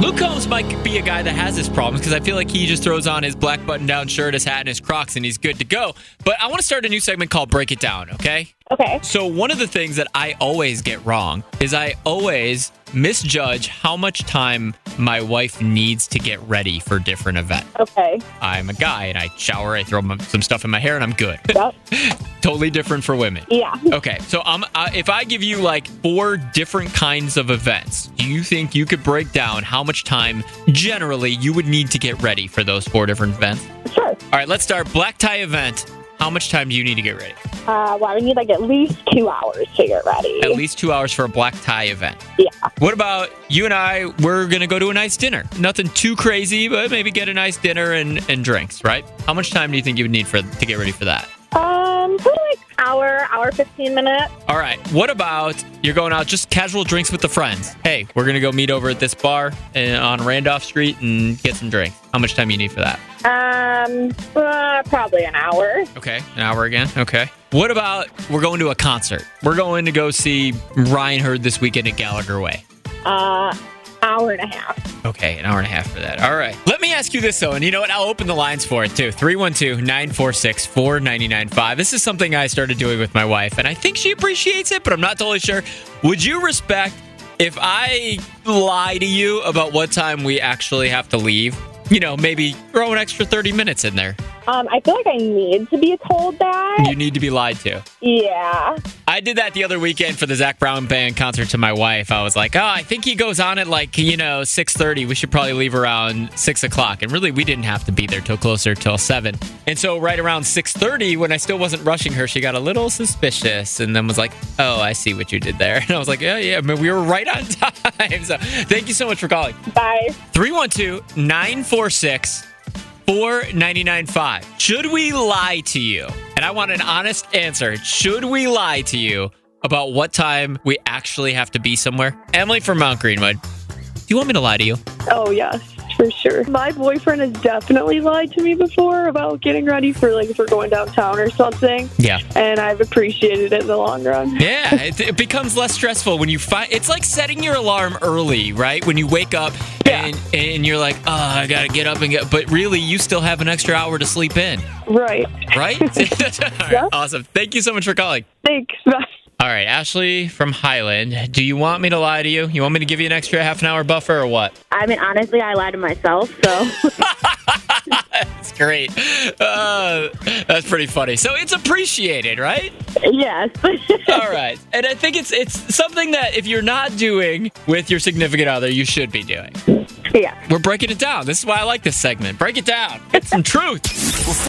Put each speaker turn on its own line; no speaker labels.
Luke Combs might be a guy that has this problem because I feel like he just throws on his black button down shirt, his hat, and his Crocs, and he's good to go. But I want to start a new segment called Break It Down, okay?
Okay.
So, one of the things that I always get wrong is I always misjudge how much time my wife needs to get ready for different events.
Okay.
I'm a guy and I shower, I throw my, some stuff in my hair, and I'm good.
Yep.
totally different for women.
Yeah.
Okay, so um, uh, if I give you like four different kinds of events, do you think you could break down how much time generally you would need to get ready for those four different events?
Sure.
All right, let's start black tie event. How much time do you need to get ready?
Uh, well, we need like at least two hours to get ready.
At least two hours for a black tie event.
Yeah.
What about you and I? We're gonna go to a nice dinner. Nothing too crazy, but maybe get a nice dinner and, and drinks, right? How much time do you think you would need for to get ready for that?
Um, probably like hour, hour fifteen minutes.
All right. What about you're going out just casual drinks with the friends? Hey, we're gonna go meet over at this bar and on Randolph Street and get some drinks. How much time you need for that?
Um, uh, probably an hour.
Okay, an hour again. Okay. What about we're going to a concert? We're going to go see Ryan Hurd this weekend at Gallagher Way.
Uh, hour and a half.
Okay, an hour and a half for that. All right. Let me ask you this, though, and you know what? I'll open the lines for it, too. 312 946 4995. This is something I started doing with my wife, and I think she appreciates it, but I'm not totally sure. Would you respect if I lie to you about what time we actually have to leave? You know, maybe throw an extra 30 minutes in there.
Um, I feel like I need to be told that.
You need to be lied to.
Yeah.
I did that the other weekend for the Zach Brown band concert to my wife. I was like, "Oh, I think he goes on at like you know six thirty. We should probably leave around six o'clock." And really, we didn't have to be there till closer till seven. And so, right around six thirty, when I still wasn't rushing her, she got a little suspicious and then was like, "Oh, I see what you did there." And I was like, "Yeah, yeah, I mean, we were right on time." So, thank you so much for calling.
Bye.
312 946 4995. Should we lie to you? And I want an honest answer. Should we lie to you about what time we actually have to be somewhere? Emily from Mount Greenwood, do you want me to lie to you?
Oh, yes, for sure. My boyfriend has definitely lied to me before about getting ready for, like, if we're going downtown or something.
Yeah.
And I've appreciated it in the long run.
Yeah, it, it becomes less stressful when you find it's like setting your alarm early, right? When you wake up and, and you're like, oh, I gotta get up and get, but really you still have an extra hour to sleep in,
Right.
right? All right,
Yeah.
Awesome. Thank you so much for calling.
Thanks. Bye.
All right, Ashley from Highland, do you want me to lie to you? You want me to give you an extra half an hour buffer or what?
I mean, honestly, I lie to myself, so
That's great. Uh, that's pretty funny. So it's appreciated, right?
yes.
All right. And I think it's it's something that if you're not doing with your significant other, you should be doing.
yeah.
We're breaking it down. This is why I like this segment. Break it down. Get some truth.